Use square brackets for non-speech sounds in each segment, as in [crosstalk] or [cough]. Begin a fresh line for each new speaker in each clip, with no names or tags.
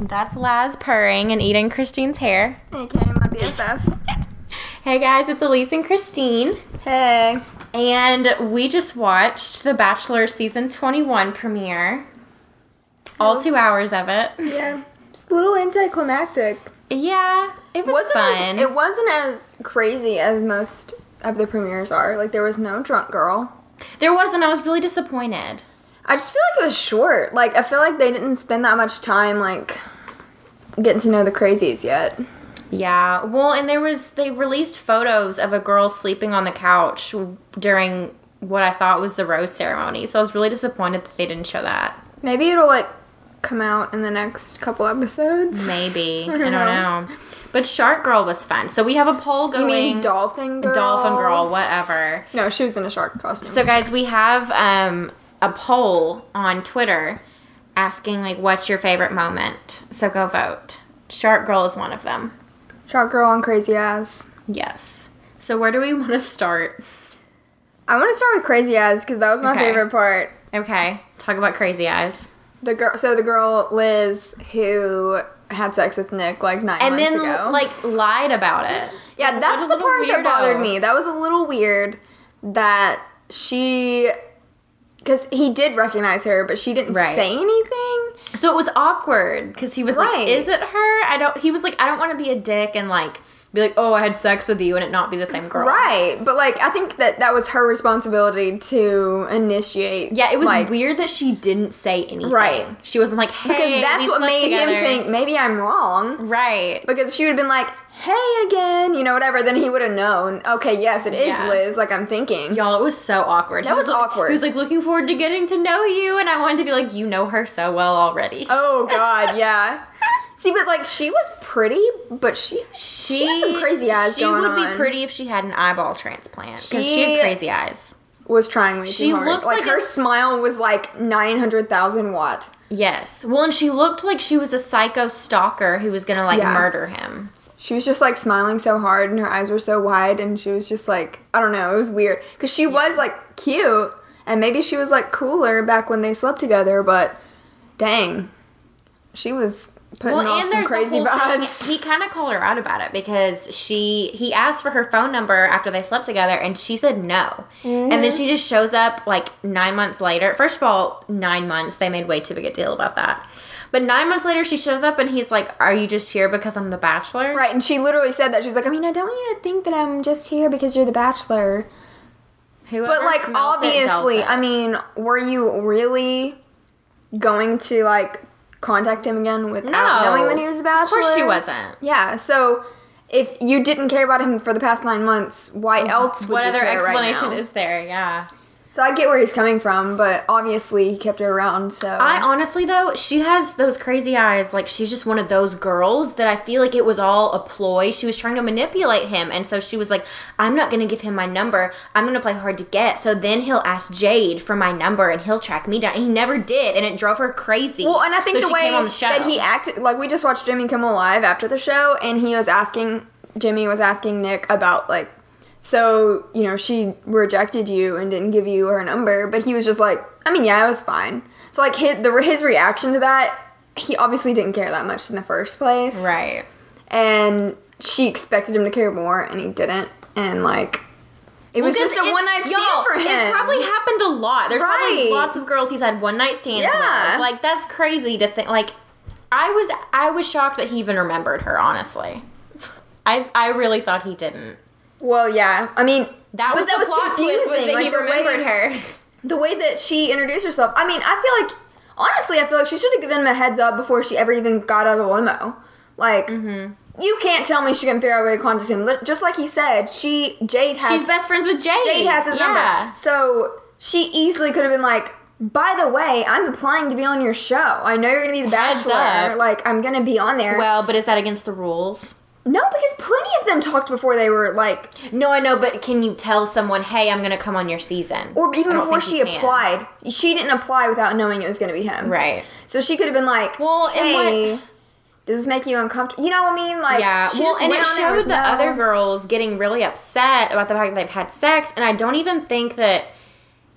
That's Laz purring and eating Christine's hair.
Okay, my BFF.
Hey guys, it's Elise and Christine,
Hey.
and we just watched The Bachelor season 21 premiere. All two hours of it.
Yeah. Just a little anticlimactic.
Yeah, it was fun.
As, it wasn't as crazy as most of the premieres are. Like there was no drunk girl.
there wasn't. I was really disappointed.
I just feel like it was short. Like I feel like they didn't spend that much time like getting to know the crazies yet.
Yeah. Well, and there was they released photos of a girl sleeping on the couch during what I thought was the rose ceremony. So I was really disappointed that they didn't show that.
Maybe it'll like come out in the next couple episodes.
Maybe. [laughs] I
don't
don't,
know.
know. But Shark Girl was fun. So we have a poll
You
going.
mean dolphin girl?
Dolphin Girl, whatever.
No, she was in a shark costume.
So guys, we have um, a poll on Twitter asking like what's your favorite moment. So go vote. Shark Girl is one of them.
shark girl on crazy ass.
Yes. So where do we [laughs] want to start?
I want to start with crazy ass because that was my
Okay.
favorite part.
Okay. Talk about crazy eyes.
The girl, so the girl Liz who had sex with Nick like nine
and
months
then
ago.
like lied about it.
yeah, that's
a
the
little
part that
weirdo.
bothered me. That was a little weird that she, because he did recognize her, but she didn't
Right.
say anything.
So it was awkward because he was
Right.
like, "Is it her?" I don't. He was like, "I don't want to be a dick and like be like, oh, I had sex with you and it not be the same girl."
Right, but like I think that that was her responsibility to initiate.
Yeah, it was
like,
weird that she didn't say anything.
Right.
She wasn't like, "Hey,
because that's
we
what
slept
made
together."
him think maybe I'm wrong.
Right.
Because if she would have been like, "Hey again," you know, whatever, then he would have known. Okay, yes, it is
Yeah.
Liz. Like I'm thinking.
Y'all, it was so awkward.
That
He
was
like-
awkward.
He was like looking forward to getting to know you, and I wanted to be like, you know her so well already.
Oh God, yeah. See, but like she was pretty, but she she, had some crazy eyes.
She
going
would be
on.
pretty if she had an eyeball transplant because she,
She-
had crazy eyes.
Was trying way
She
too hard.
looked
like,
like
her
a-
smile was like nine hundred thousand watt.
Yes. Well, and she looked like she was a psycho stalker who was gonna like
Yeah.
murder him.
She was just like smiling so hard, and her eyes were so wide, and she was just like I don't know. It was weird because she was like cute, and maybe she was like cooler back when they slept together. But dang, she was putting
Well,
off
and
some
there's
crazy
the whole
vibes.
thing. He kind of called her out about it because she he asked for her phone number after they slept together, and she said no. And then
Mm-hmm.
she just shows up like nine months later. First of all, nine months they made way too big a deal about that. But nine months later, she shows up and he's like, "Are you just here because I'm the Bachelor?"
[laughs] Right, and she literally said that. She was like, I mean, I don't want you to think that I'm just here because you're the bachelor.
Whoever
But, like,
smelt it, dealt
obviously,
it.
I mean, were you really going to, like, contact him again without
No.
knowing that he was a bachelor?
of course she wasn't.
Yeah, so if you didn't care about him for the past nine months, why else would
Mm-hmm. What
you
other
care right
explanation
now?
is there? Yeah.
So I get where he's coming from, but obviously he kept her around, so.
I honestly though, she has those crazy eyes. Like she's just one of those girls that I feel like it was all a ploy. She was trying to manipulate him, and so she was like, "I'm not gonna give him my number. I'm gonna play hard to get." So then he'll ask Jade for my number, and he'll track me down. And he never did, and it drove her crazy.
Well, and I think
So
the
she
way
came on the show.
that he acted, like we just watched Jimmy Kimmel Live after the show, and he was asking Jimmy was asking Nick about like, so you know she rejected you and didn't give you her number, but he was just like, I mean, yeah, I was fine. So like his the, his reaction to that, he obviously didn't care that much in the first place,
right.
And she expected him to care more, and he didn't, and like. It was just a one night stand for him.
It's probably happened a lot. There's
Right.
probably lots of girls he's had one night stands
Yeah.
with. Like that's crazy to think. Like I was, I was shocked that he even remembered her. Honestly, I, I really thought he didn't.
well, yeah. I mean,
That
but
was the plot twist was
confusing,
that
like,
he
the way-
remembered [laughs] her.
the way that she introduced herself, I mean, I feel like, honestly, I feel like she should have given him a heads up before she ever even got out of the limo. Like,
Mm-hmm.
you can't tell me she couldn't figure out a way to contact him. Li- Just like he said, she, Jade has,
She's best friends with Jade.
Jade has his
Yeah.
number. So she easily could have been like, by the way, I'm applying to be on your show. I know you're going to be The
Heads
Bachelor.
up.
Like, I'm going to be on there.
Well, but is that against the rules?
no, because plenty of them talked before they were like,
No, I know, but can you tell someone, "Hey, I'm going to come on your season,"
or
I
even
don't
before
think
she
you can.
applied. She didn't apply without knowing it was going to be him.
Right.
So she could have been like,
Well, and
hey,
what-
does this make you uncomfortable? You know what I mean? Like,
Yeah,
she
well,
just
and it
went on there
showed
with
the
no-
other girls getting really upset about the fact that they've had sex, and I don't even think that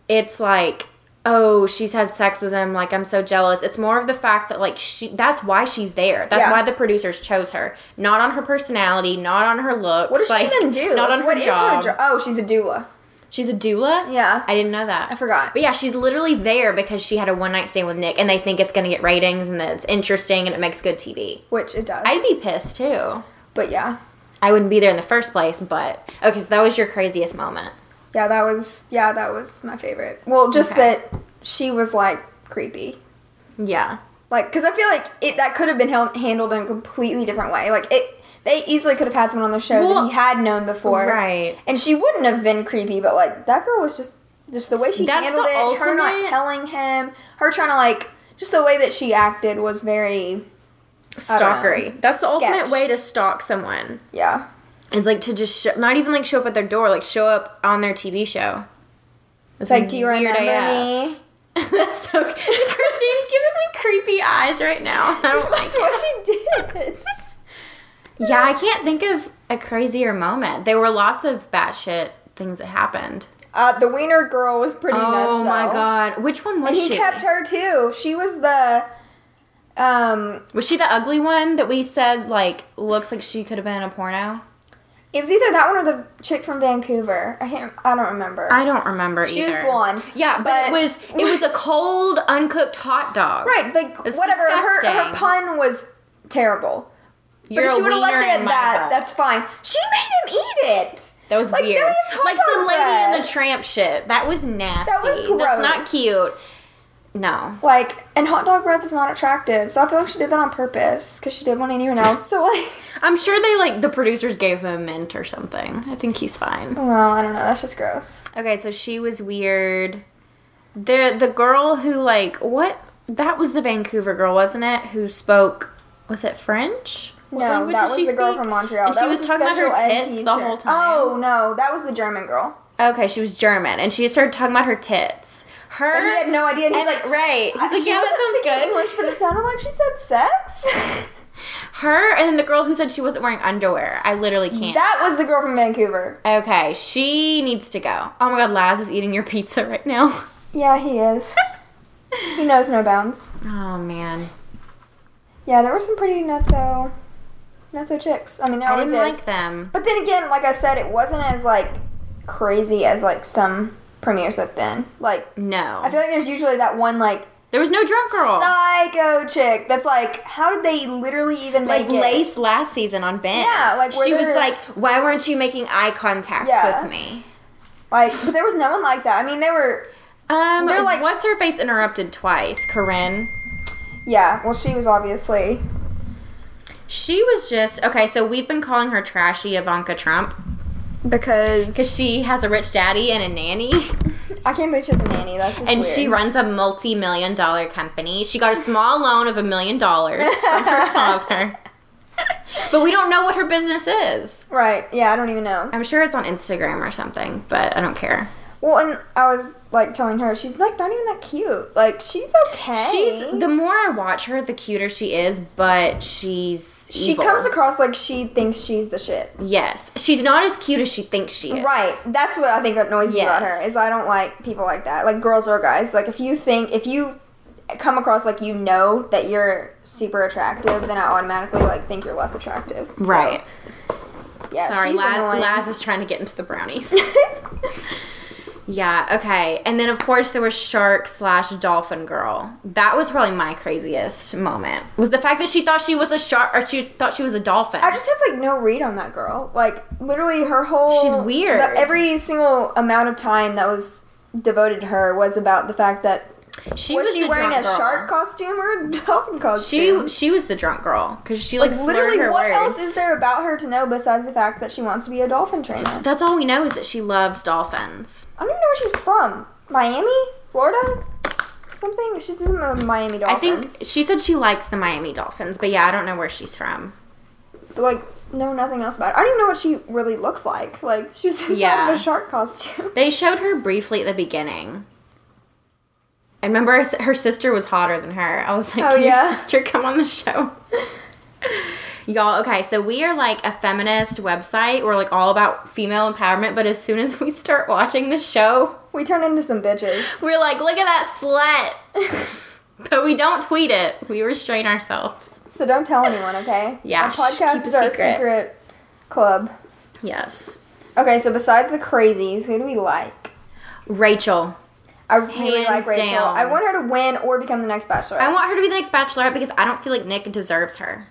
it's like, oh, she's had sex with him. Like, I'm so jealous. It's more of the fact that, like, she that's why she's there. That's
Yeah.
why the producers chose her. Not on her personality, not on her looks.
What does
like,
she even do?
Not on
What
her
is
job.
jo- oh, she's a doula.
she's a doula?
Yeah.
I didn't know that.
I forgot.
But yeah, she's literally there because she had a one night stand with Nick and they think it's going to get ratings and that it's interesting and it makes good TV.
Which it does.
I'd be pissed too.
but yeah.
I wouldn't be there in the first place, but okay, so that was your craziest moment.
Yeah, that was yeah, that was my favorite. Well, just
Okay.
that she was like creepy.
Yeah.
Like cuz I feel like it that could have been held, handled in a completely different way. Like it they easily could have had someone on the show
Well,
that he had known before.
right.
And she wouldn't have been creepy, but like that girl was just just the way she
That's
handled
the
it, her not
ultimate-
telling him, her trying to like just the way that she acted was very I don't know.
Stalkery. That's the ultimate
Sketch.
way to stalk someone.
yeah.
It's like to just show, not even like show up at their door, like show up on their TV show.
It's like, do you
Weird
remember
AF.
me?
[laughs] That's so. Christine's giving me creepy eyes right now. [laughs] I don't like
[laughs] That's
it.
what she did.
Yeah, I can't think of a crazier moment. There were lots of batshit things that happened.
Uh, the wiener girl was pretty
Oh
nutso.
my god, which one was
And he
she?
kept her too. She was the um
was she the ugly one that we said like looks like she could have been in a porno?
it was either that one or the chick from Vancouver. I can't I don't remember.
I don't remember
she
either.
was blonde.
Yeah, but, it was it was a cold, uncooked hot dog.
[laughs] Right, like
It's
whatever. Her, her
disgusting.
pun was terrible.
You're
but if
a
she would have left
wiener
it
in
at
my
that,
heart.
that's fine. She made him eat it.
That was
Like,
weird.
that is hot
like some
dog
lady in
bread.
the tramp shit. That was nasty.
That was
That's not
gross.
cute. No.
Like, and hot dog breath is not attractive, so I feel like she did that on purpose because she didn't want anyone else to like. [laughs]
I'm sure they like the producers gave him mint or something. I think he's fine.
Well, I don't know. That's just gross.
Okay, so she was weird. The the girl who like what that was the Vancouver girl, wasn't it? Who spoke was it French? What
no,
language
that
did
was
she
the girl
speak?
from Montreal.
And
that
she was,
the
talking about
special
her
ed
tits the
teacher.
whole time.
Oh no, that was the German girl.
Okay, she was German, and she started talking about her tits. Her.
And he had no idea. And he's
and,
like,
right.
[laughs]
He's like,
she
yeah,
wasn't
that
speaking
sounds good.
English, but it sounded like she said sex.
[laughs] Her and then the girl who said she wasn't wearing underwear. I literally can't.
that was the girl from Vancouver.
okay, she needs to go. Oh my god, Laz is eating your pizza right now. [laughs]
Yeah, he is. he knows no bounds.
Oh man,
Yeah, there were some pretty nutso, nutso chicks. I mean, there
I
always
didn't
is.
like them.
but then again, like I said, it wasn't as like crazy as like some premieres have been. Like
No,
I feel like there's usually that one like
there was no drunk girl.
psycho chick that's like, how did they literally even
like
make it?
Lace last season on Ben.
Yeah, like, where
she was
they're-
like, "Why weren't you making eye contact
Yeah.
with me?"
Like, but there was no one like that. I mean, they were.
Um,
They're like-
"What's her face?" Interrupted twice. Corinne.
Yeah, well, she was obviously
She was just okay. So we've been calling her trashy Ivanka Trump
because
because she has a rich daddy and a
[laughs]
nanny.
I can't believe she's a nanny. That's just
and
weird.
she runs a multi-million dollar company. She got a small loan of a million dollars from
[laughs]
her father. But we don't know what her business is.
right? Yeah, I don't even know.
I'm sure it's on Instagram or something, but I don't care.
Well, and I was like telling her she's like not even that cute. Like she's okay.
She's the more I watch her, the cuter she is, but she's
she
evil.
comes across like she thinks she's the shit.
Yes. She's not as cute as she thinks she is.
Right. That's what I think annoys me about her
Yes.
is I don't like people like that. Like girls or guys. Like if you think if you come across like you know that you're super attractive, then I automatically like think you're less attractive. So,
Right.
Yeah.
Sorry,
she's
Laz,
annoying.
Laz is trying to get into the
[laughs]
brownies. yeah, okay. And then, of course, there was Shark slash Dolphin Girl. That was probably my craziest moment. Was the fact that she thought she was a shark or she thought she was a dolphin.
I just have like no read on that girl. Like literally her whole
She's weird.
the- every single amount of time that was devoted to her was about the fact that
she
was, she
the
wearing
drunk
a
girl.
shark costume or a [laughs] dolphin
She
costume?
she was the drunk girl because she like, slurred
literally
her
what
words.
else is there about her to know besides the fact that she wants to be a dolphin trainer?
That's all we know is that she loves dolphins.
I don't even know where she's from. Miami? Florida? Something? She's in the Miami
I
Dolphins.
think she said she likes the Miami Dolphins, but yeah, I don't know where she's from.
But, like know nothing else about. Her. I don't even know what she really looks like. Like she was inside
Yeah.
of a shark costume. [laughs]
They showed her briefly at the beginning. I remember her, her sister was hotter than her. I was like,
Oh,
Can
yeah?
your sister come on the show? [laughs] Y'all, okay, so we are like a feminist website. We're like all about female empowerment, but as soon as we start watching the show,
We turn into some bitches.
we're like, look at that slut. [laughs] but we don't tweet it. We restrain ourselves.
So don't tell anyone, okay?
Yeah,
Our
shh,
podcast
keep
is
a
our
secret.
secret club.
Yes.
Okay, so besides the crazies, who do we like?
Rachel.
I really
Hands
like Rachel.
down.
I want her to win or become the next bachelor.
I want her to be the next bachelorette because I don't feel like Nick deserves her.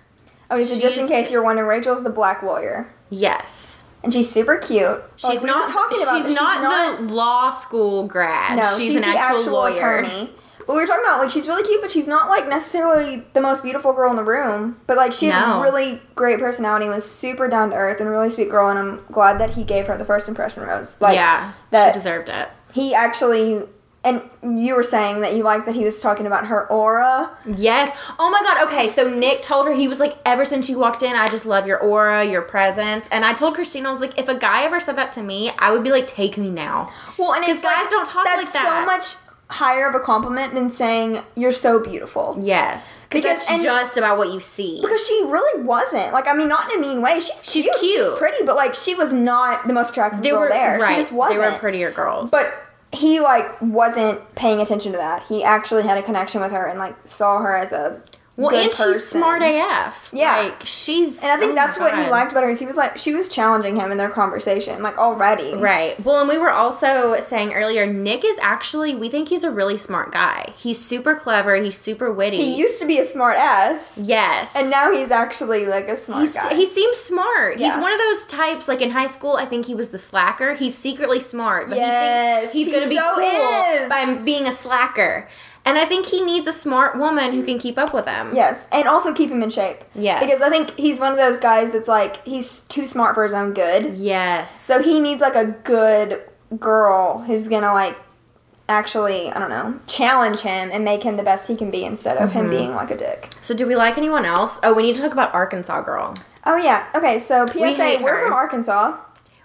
okay, so just in
she's-
case you're wondering, Rachel's the black lawyer,
Yes.
and she's super cute. Like,
She's
we were
not
talking about
she's,
this.
not the law school grad.
no,
she's, an
the
actual, lawyer.
attorney. But we were talking about like she's really cute, but she's not like necessarily the most beautiful girl in the room. But like she had
No.
really great personality, was super down to earth, and a really sweet girl. And I'm glad that he gave her the first impression rose. Like,
yeah.
that-
she deserved it.
he actually and you were saying that you liked that he was talking about her aura
Yes. Oh my god. Okay, so Nick told her he was like ever since you walked in, I just love your aura, your presence. And I told Christina I was like if a guy ever said that to me, I would be like take me now.
well and
'Cause guys don't talk
that's
like that.
so much higher of a compliment than saying you're so beautiful
Yes.
Because-
Because
and-
it's just about what you see.
because she really wasn't like i mean not in a mean way she's
She's
cute, she's
cute.
pretty but like she was not the most attractive girl there she just wasn't
They were prettier girls.
but he like wasn't paying attention to that he actually had a connection with her and like saw her as a
well,
good
and
person.
she's smart AF.
Yeah.
like she's.
and I think
oh my
that's what he
God.
liked about her is he was like she was challenging him in their conversation like already
Right. Well, and we were also saying earlier, Nick is actually. We think he's a really smart guy. He's super clever. He's super witty.
He used to be a smart ass,
yes.
and now he's actually like a smart
He's,
guy.
he seems smart.
Yeah.
He's one of those types. Like in high school, I think he was the slacker. He's secretly smart, but
Yes,
he thinks he's going
he
to be
so
cool
is.
by being a slacker. And I think he needs a smart woman who can keep up with him.
yes, and also keep him in shape.
Yes.
because I think he's one of those guys that's like he's too smart for his own good.
Yes.
So he needs like a good girl who's gonna like actually I don't know challenge him and make him the best he can be instead of
Mm-hmm.
him being like a dick.
So do we like anyone else? Oh, we need to talk about Arkansas girl.
Oh yeah. Okay. So PSA, we
hate
are
her.
from Arkansas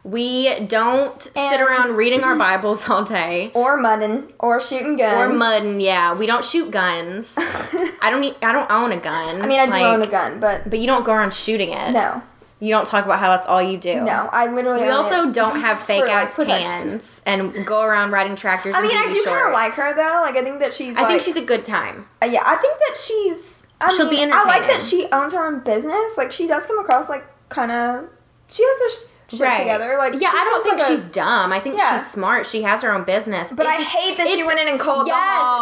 We don't
And-
sit around reading
[laughs]
our Bibles all day
or mudding or shooting guns.
or mudding. Yeah, we don't shoot
[laughs]
guns. I don't. Need, I don't own a gun.
I mean, I do
like,
own a gun, but
But you don't go around shooting it.
no,
You don't talk about how that's all you do.
no, I literally.
oh. We
own
also
it
don't have fake
[laughs] for, like,
ass
protection.
tans and go around riding tractors.
I
in
mean, I
booty
do kind of
shorts.
like her though. Like, I think that she's.
I
like-
think she's a good time.
Uh, yeah, I think that she's. I
She'll
mean,
be
I like that
entertaining.
she owns her own business. Like, she does come across like kind of. She has her sh- shit together. Like,
yeah,
she
I don't
sounds
think
like a-
she's dumb. I think
Yeah.
she's smart. She has her own business.
But
It's
I
just-
hate that she
it's-
went in and called.
Yes,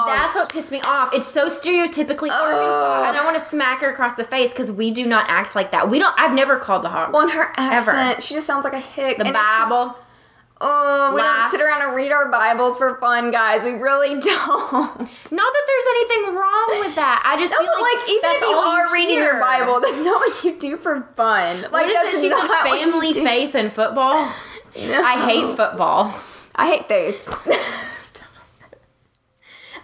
the
that's what pissed me off. It's so stereotypically Arkansas, and I want to smack her across the face because we do not act like that. We don't. I've never called the hogs
on her accent.
ever.
She just sounds like a hick.
The
and it's just-
Bible.
oh, we don't
Laugh.
sit around and read our Bibles for fun, guys. We really [laughs] don't.
Not that there's anything wrong with that. I just
No,
feel
but
like,
like, even
that's
if you
all
are
you
reading your
hear.
Bible, that's not what you do for fun. Like,
What is
that's
it? She's
not
like
what you
family
do.
faith and football.
No.
I hate football.
I
[laughs]
hate faith. [laughs]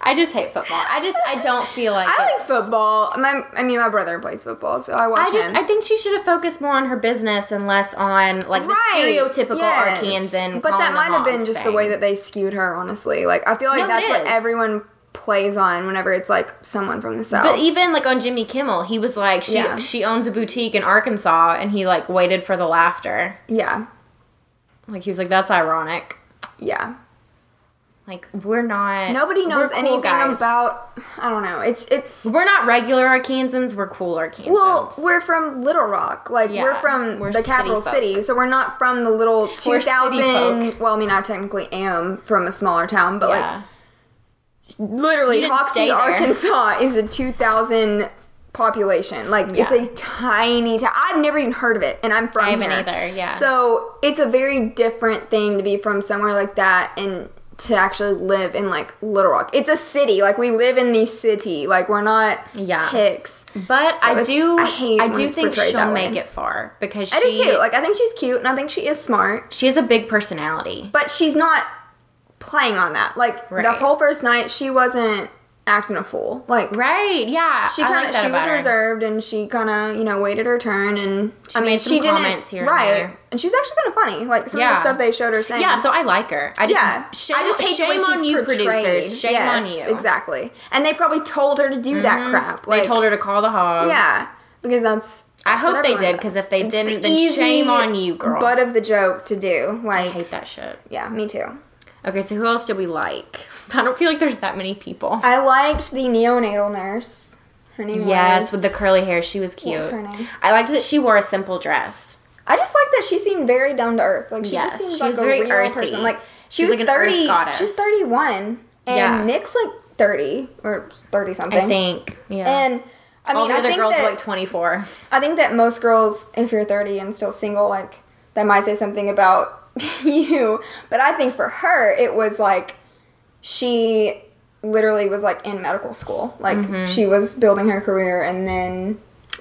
I just hate football. I just I don't feel like
[laughs] I like
it's-
football. My, I mean, my brother plays football, so I watch
I just
him.
I think she should have focused more on her business and less on like the stereotypical
yes.
Arkansan.
But that might have been just the way
that.
that they skewed her. Honestly, like I feel like
No, it
that's what
is.
everyone plays on whenever it's like someone from the south.
But e- even like on Jimmy Kimmel, he was like she
Yeah.
she owns a boutique in Arkansas and he like waited for the laughter.
yeah,
Like he was like that's ironic.
yeah.
Like we're not
Nobody
we're
knows
cool
anything
guys.
about. I don't know. It's it's.
We're not regular Arkansans, we're cool Arkansans.
Well, we're from Little Rock. Like we're
Yeah,
from
we're
the
city
capital
folk.
city, so we're not from the little two
We're city
thousand. Well, I mean, I technically am from a smaller town, but like
yeah.
literally
You didn't
Hoxie,
stay there.
Arkansas [laughs] is a 2000 population. Like it's
Yeah.
a tiny town. I've never even heard of it and I'm from
I haven't
here.
either, yeah.
So, it's a very different thing to be from somewhere like that and to actually live in like Little Rock. It's a city. Like we live in the city. Like we're not
Yeah.
hicks.
but I
it's-
do
I
I,
hate when
do
it's
think
portrayed that
she'll
way.
make it far because
I
she
do too. Like I think she's cute and I think she is smart,
she has a big personality.
but she's not playing on that. Like the
Right.
whole first night she wasn't acting a fool. Like
Right, yeah.
she
I
kind
like
of
that
she
about
was
her.
reserved and she kind of you know waited her turn and I mean
made some
she didn't
comments here and
right
there.
and she was actually kind of funny like some of
Yeah.
the stuff they showed her saying
Yeah, so I like her. I just
yeah
shame,
I just hate
shame
the way
on
she's
you
portrayed.
producers. Shame
Yes,
on you. Mm-hmm.
exactly and they probably told her to do that crap like
they told her to call the hogs.
yeah because that's
I
That's what
hope they
everyone
did because
does.
if they
It's the
didn't, then
easy
shame on you, girl.
Butt of the joke to do.
I
Like,
hate that shit.
yeah, me too.
Okay, so who else did we like? [laughs] I don't feel like there's that many people.
I liked the neonatal nurse. Her name
Yes,
was-
with the curly hair, she was cute.
What was her name?
I liked that she wore a simple dress.
I just like that she seemed very down to earth. Like she
Yes,
just seemed
she
like
was
a
very
real
earthy.
person. Like she
She's
was
like an earth
thirty.
goddess.
She was thirty one, and
Yeah.
Nick's like thirty or thirty something.
I think. Yeah.
And I mean,
All the
I
other
think
girls
that,
were like
[laughs]
24.
I think that most girls, if you're thirty and still single, like that might say something about [laughs] you. But I think for her, it was like she literally was like in medical school. Like she was building her career, and then.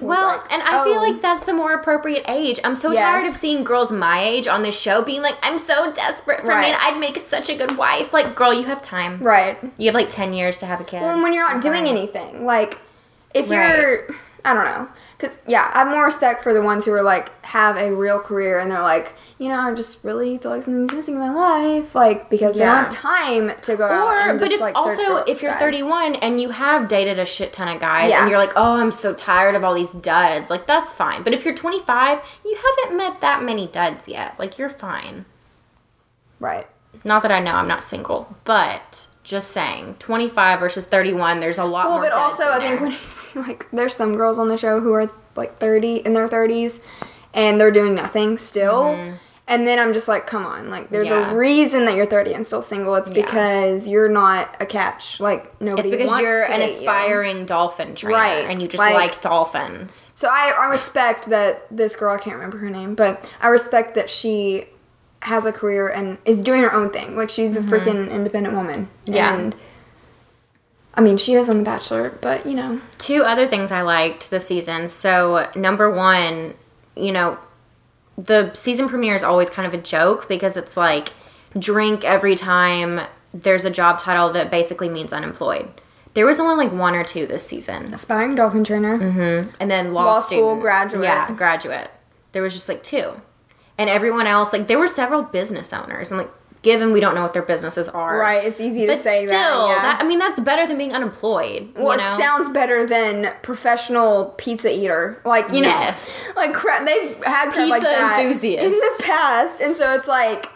was
Mm-hmm. Well,
like,
and I
"Oh,
feel like that's the more appropriate age. I'm so tired of
Yes.
seeing girls my age on this show being like, I'm so desperate for
Right.
men. I'd make such a good wife. Like, girl, you have time.
right.
You have like 10 years to have a kid.
Well, when you're not doing anything, like if you're, I don't know, because yeah, I have more respect for the ones who are like have a real career and they're like, you know, I just really feel like something's missing in my life, like because they
Yeah.
don't have time to go out.
or,
and
but
just,
if
like, search
also,
for
if you're
guys.
31 and you have dated a shit ton of guys
Yeah.
and you're like, oh, I'm so tired of all these duds, like, that's fine. But if you're 25, you haven't met that many duds yet. Like, you're fine.
right?
Not that I know, I'm not single, but just saying, 25 versus 31, there's a lot
Well,
more.
but also I think when [laughs]
when
you see like there's some girls on the show who are like 30 in their 30s and they're doing nothing still. And then I'm just like, come on, like there's
Mm-hmm. Yeah.
a reason that you're 30 and still single. It's
Yeah.
because you're not a catch. Like nobody.
it's because
wants
you're
to
an
date you.
aspiring dolphin trainer
Right,
and you just
like-
like, dolphins.
So I, I respect that this girl, I can't remember her name, but I respect that she has a career and is doing her own thing. Like she's a freaking independent woman.
Mm-hmm. Yeah.
And I mean, she is on The Bachelor, but you know,
Two other things I liked this season. So, number one, you know, the season premiere is always kind of a joke because it's like drink every time there's a job title that basically means unemployed. There was only like one or two this season.
aspiring dolphin trainer.
and then law,
Law school
student.
graduate.
Yeah, graduate. There was just like two, and everyone else like there were several business owners, and like given we don't know what their businesses are,
Right, it's easy to
But
say
still,
that. yeah.
I mean that's better than being unemployed.
well,
you know?
it sounds better than professional pizza eater. Like you know,
Yes.
[laughs] like crap. They've had crap like
Pizza
that
enthusiast.
in the past, and so it's like,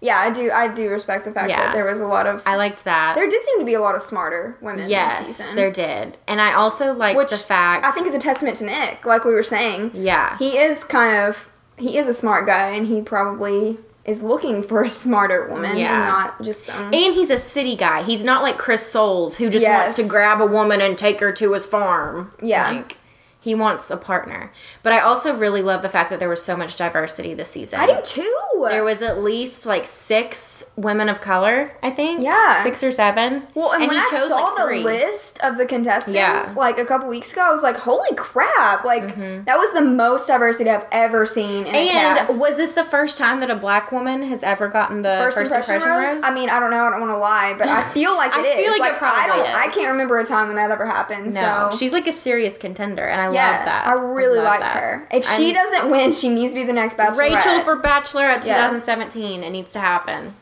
yeah, I do, I do respect the fact
Yeah.
that there was a lot of.
I liked that.
there did seem to be a lot of smarter women. this
yes,
season,
there did, and I also liked
which
the fact.
I think is a testament to Nick. Like we were saying,
yeah,
he is kind of he is a smart guy, and he probably is looking for a smarter woman,
Yeah.
and not just some.
and he's a city guy. He's not like Chris Soules who just wants
Yes.
to grab a woman and take her to his farm.
Yeah.
Like, he wants a partner. But I also really love the fact that there was so much diversity this season.
I do too.
There was at least like six women of color, I think.
Yeah.
Six or seven.
Well, and, when
he
I
chose,
saw
like,
the
three.
list of the contestants,
Yeah. Mm-hmm.
like a couple weeks ago, I was like, "Holy crap!" Like that was the most diversity I've ever seen. In a cast.
And was this the first time that a black woman has ever gotten the first, impression, rose?
I mean, I don't know. I don't want to lie,
[laughs]
but I feel like
I
it is.
feel like it
like, I
probably
don't. I
is.
can't remember a time when that ever happened.
no.
so
She's like a serious contender, and I
yeah,
love that.
I really
love
like
that.
her. If she
I'm-
doesn't win, she needs to be the next Bachelorette.
Rachel for Bachelorette
Yes.
2017, it needs to happen.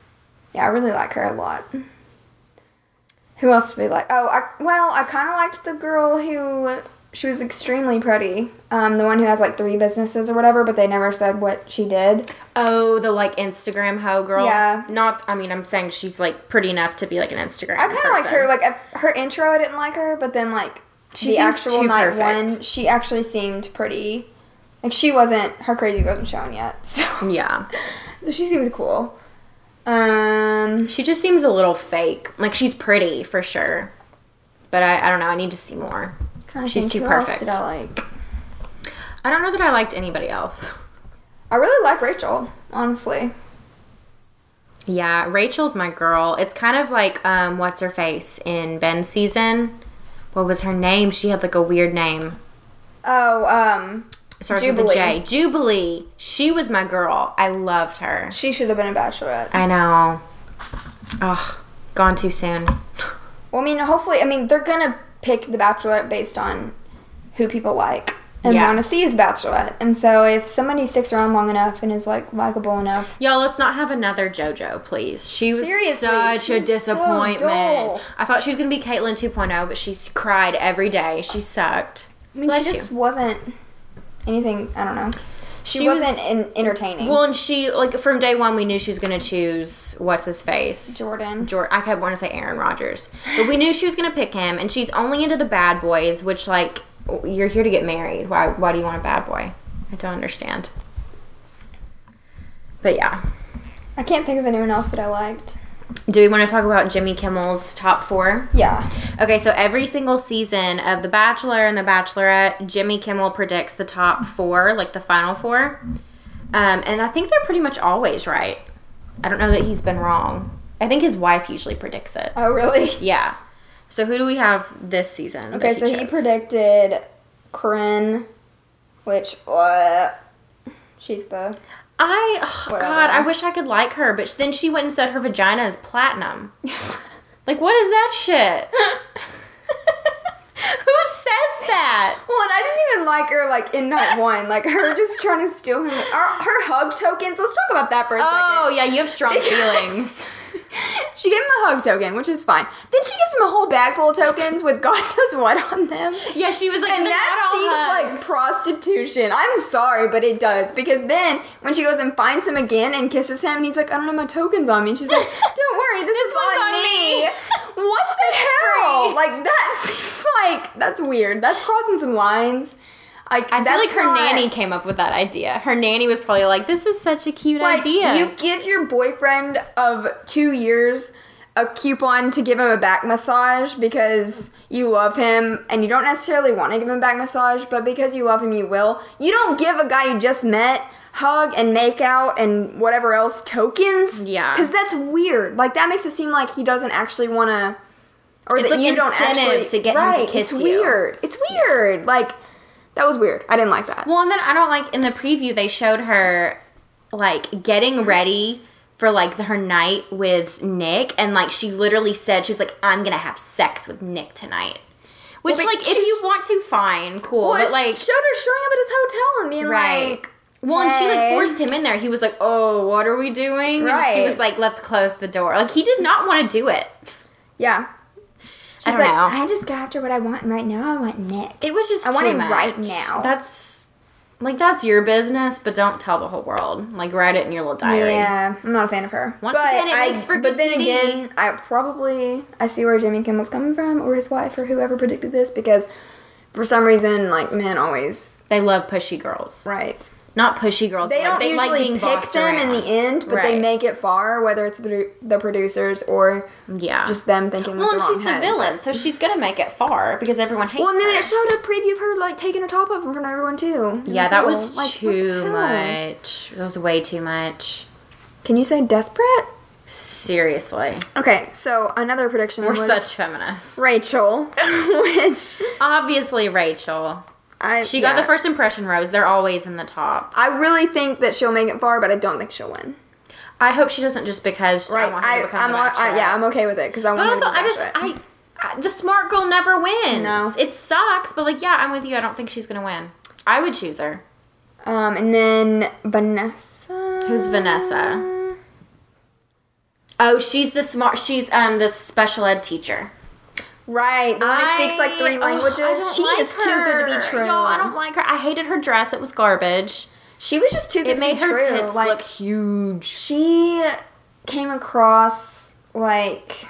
yeah, I really like her a lot. Who else did we like? Oh, I, well, I kind of liked the girl who she was extremely pretty. Um, the one who has like three businesses or whatever, but they never said what she did.
Oh, the like Instagram hoe girl.
Yeah.
Not, I mean, I'm saying she's like pretty enough to be like an Instagram.
I kind of liked
person.
her. Like at- her intro, I didn't like her, but then like
She
the
seems
actual
too
night
perfect.
one, she actually seemed pretty. Like she wasn't her crazy wasn't shown yet, [laughs] so
Yeah.
she seemed cool. Um,
She just seems a little fake. Like she's pretty for sure, but I, I don't know. I need to see more.
trying to
She's
think,
too
who else
perfect.
Did I like?
I don't know that I liked anybody else.
I really like Rachel, honestly.
Yeah, Rachel's my girl. It's kind of like um, what's her face in Ben's season. What was her name? She had like a weird name.
Oh, um,
It starts with a
Jubilee.
J. Jubilee. She was my girl. I loved her.
she should have been a bachelorette.
I know. Ugh, gone too soon. [laughs]
Well, I mean, hopefully, I mean, they're gonna pick the bachelorette based on who people like and
Yeah.
want to see as bachelorette. And so, if somebody sticks around long enough and is like likable enough,
Y'all, let's not have another JoJo, please. She was
Seriously,
such
she
a
was so
disappointment.
dull.
I thought she was gonna be Caitlyn oh, 2.0, but she s- cried every day. She sucked.
I mean,
Bless
she
you.
just wasn't. anything. I don't know. She,
She was-
wasn't en- entertaining.
Well, and she like from day one we knew she was gonna choose what's his face.
Jordan.
Jordan. I kept wanting to say Aaron Rodgers, but we knew she was gonna pick him, and she's only into the bad boys, which like you're here to get married. Why? Why do you want a bad boy? I don't understand. But yeah,
I can't think of anyone else that I liked.
do we want to talk about Jimmy Kimmel's top four?
Yeah.
Okay, so every single season of The Bachelor and The Bachelorette, Jimmy Kimmel predicts the top four, like the final four. Um, and I think they're pretty much always right. I don't know that he's been wrong. I think his wife usually predicts it. [laughs]
Oh, really?
Yeah. So who do we have this season? that
Okay, so he
chose?
predicted Corinne, which uh, she's
[laughs]
the
I oh,
Whatever.
God, I wish I could like her, but then she went and said her vagina is
[laughs]
platinum. like, what is that shit? [laughs] who says that?
Well, and I didn't even like her like in
[laughs]
night one, like her just trying to steal him. Her, her hug tokens. Let's talk about that for a
Oh
second.
yeah, you have
[laughs]
strong feelings. Um,
She gave him a hug token, which is fine. Then she gives him a whole bag full of tokens with [laughs] God knows what on them.
Yeah, she was like,
And
"They're not all
that seems like
hugs."
prostitution. I'm sorry, but it does. Because then when she goes and finds him again and kisses him, and he's like, I don't have my tokens on me. And
[laughs]
she's like, Don't worry, this,
This
is
one's
on,
on
me.
me.
[laughs] What the hell?
free.
Like that [laughs] seems like that's weird. That's crossing some lines. Like
I feel like her nanny came up with that idea. Her nanny was probably like, "This is such a cute
like,
idea."
You give your boyfriend of two years a coupon to give him a back massage because you love him and you don't necessarily want to give him a back massage, but because you love him, you will. You don't give a guy you just met hug and make out and whatever else tokens.
Yeah.
Because that's weird. Like, that makes it seem like he doesn't actually want to. Or
It's
that
like
you don't
incentive
actually
to get him to
Right,
kiss
it's
you.
weird. It's weird. Like that was weird. I didn't like that.
well, and then I don't like in the preview they showed her like getting ready for like her night with Nick, and like she literally said she was like, "I'm gonna have sex with Nick tonight," which
but
like if
she-
you want to, fine, cool,
Well,
but
it's
like.
showed her showing up at his hotel and being
Right.
like,
well, and she like
hey.
forced him in there. He was like, "Oh, what are we doing?" And she
Right.
was like, "Let's close the door." Like he did not want to do it.
yeah. She's
I don't
like,
know.
I just go after what I want and right now. I want Nick.
It was just
I want
too
it
much.
right now.
That's like that's your business, but don't tell the whole world. Like write it in your little diary.
Yeah, I'm not a fan of her.
Once again, it
I,
makes for
but
good
then
TV.
again, I probably I see where Jimmy Kimmel's coming from, or his wife, or whoever predicted this, because for some reason, like men always
They love pushy girls.
right.
Not pushy girls. but,
They
like,
don't
they
usually
like being
pick
bossed
them
around.
in the end, but they
Right.
make it far, whether it's produ- the producers or
Yeah.
just them thinking. with
well, and
the wrong
she's
head.
the villain, so she's gonna make it far because everyone hates
Well, and then
her.
it showed a preview of her like taking her top off in front of everyone too.
yeah, that was
Like, what the
too
hell?
much. That was way too much.
Can you say desperate?
Seriously,
Okay, so another prediction
we're
was
such feminists. [laughs]
Rachel, which
Obviously, Rachel.
I
She got
yeah.
the first impression rose. They're always in the top.
I really think that she'll make it far, but I don't think she'll win.
I hope she doesn't just because I want her to become
I'm
the
all- I,
Bachelorette.
yeah, I'm okay with it because I
But
want.
also,
her to
I
be
just
desperate.
I, I the smart girl never wins.
No.
It sucks, but like yeah, I'm with you. I don't think she's gonna win. I would choose her.
um, and then Vanessa.
Who's Vanessa? Oh, she's the smart. She's um the special ed teacher.
Right, the one who speaks like three
I- oh,
languages.
I don't
she
like
is too good to be
her.
true.
Y'all, I don't like her. I hated her dress. It was garbage.
she was just too good
It
to
made
be
her
true.
tits
like
look huge.
she came across like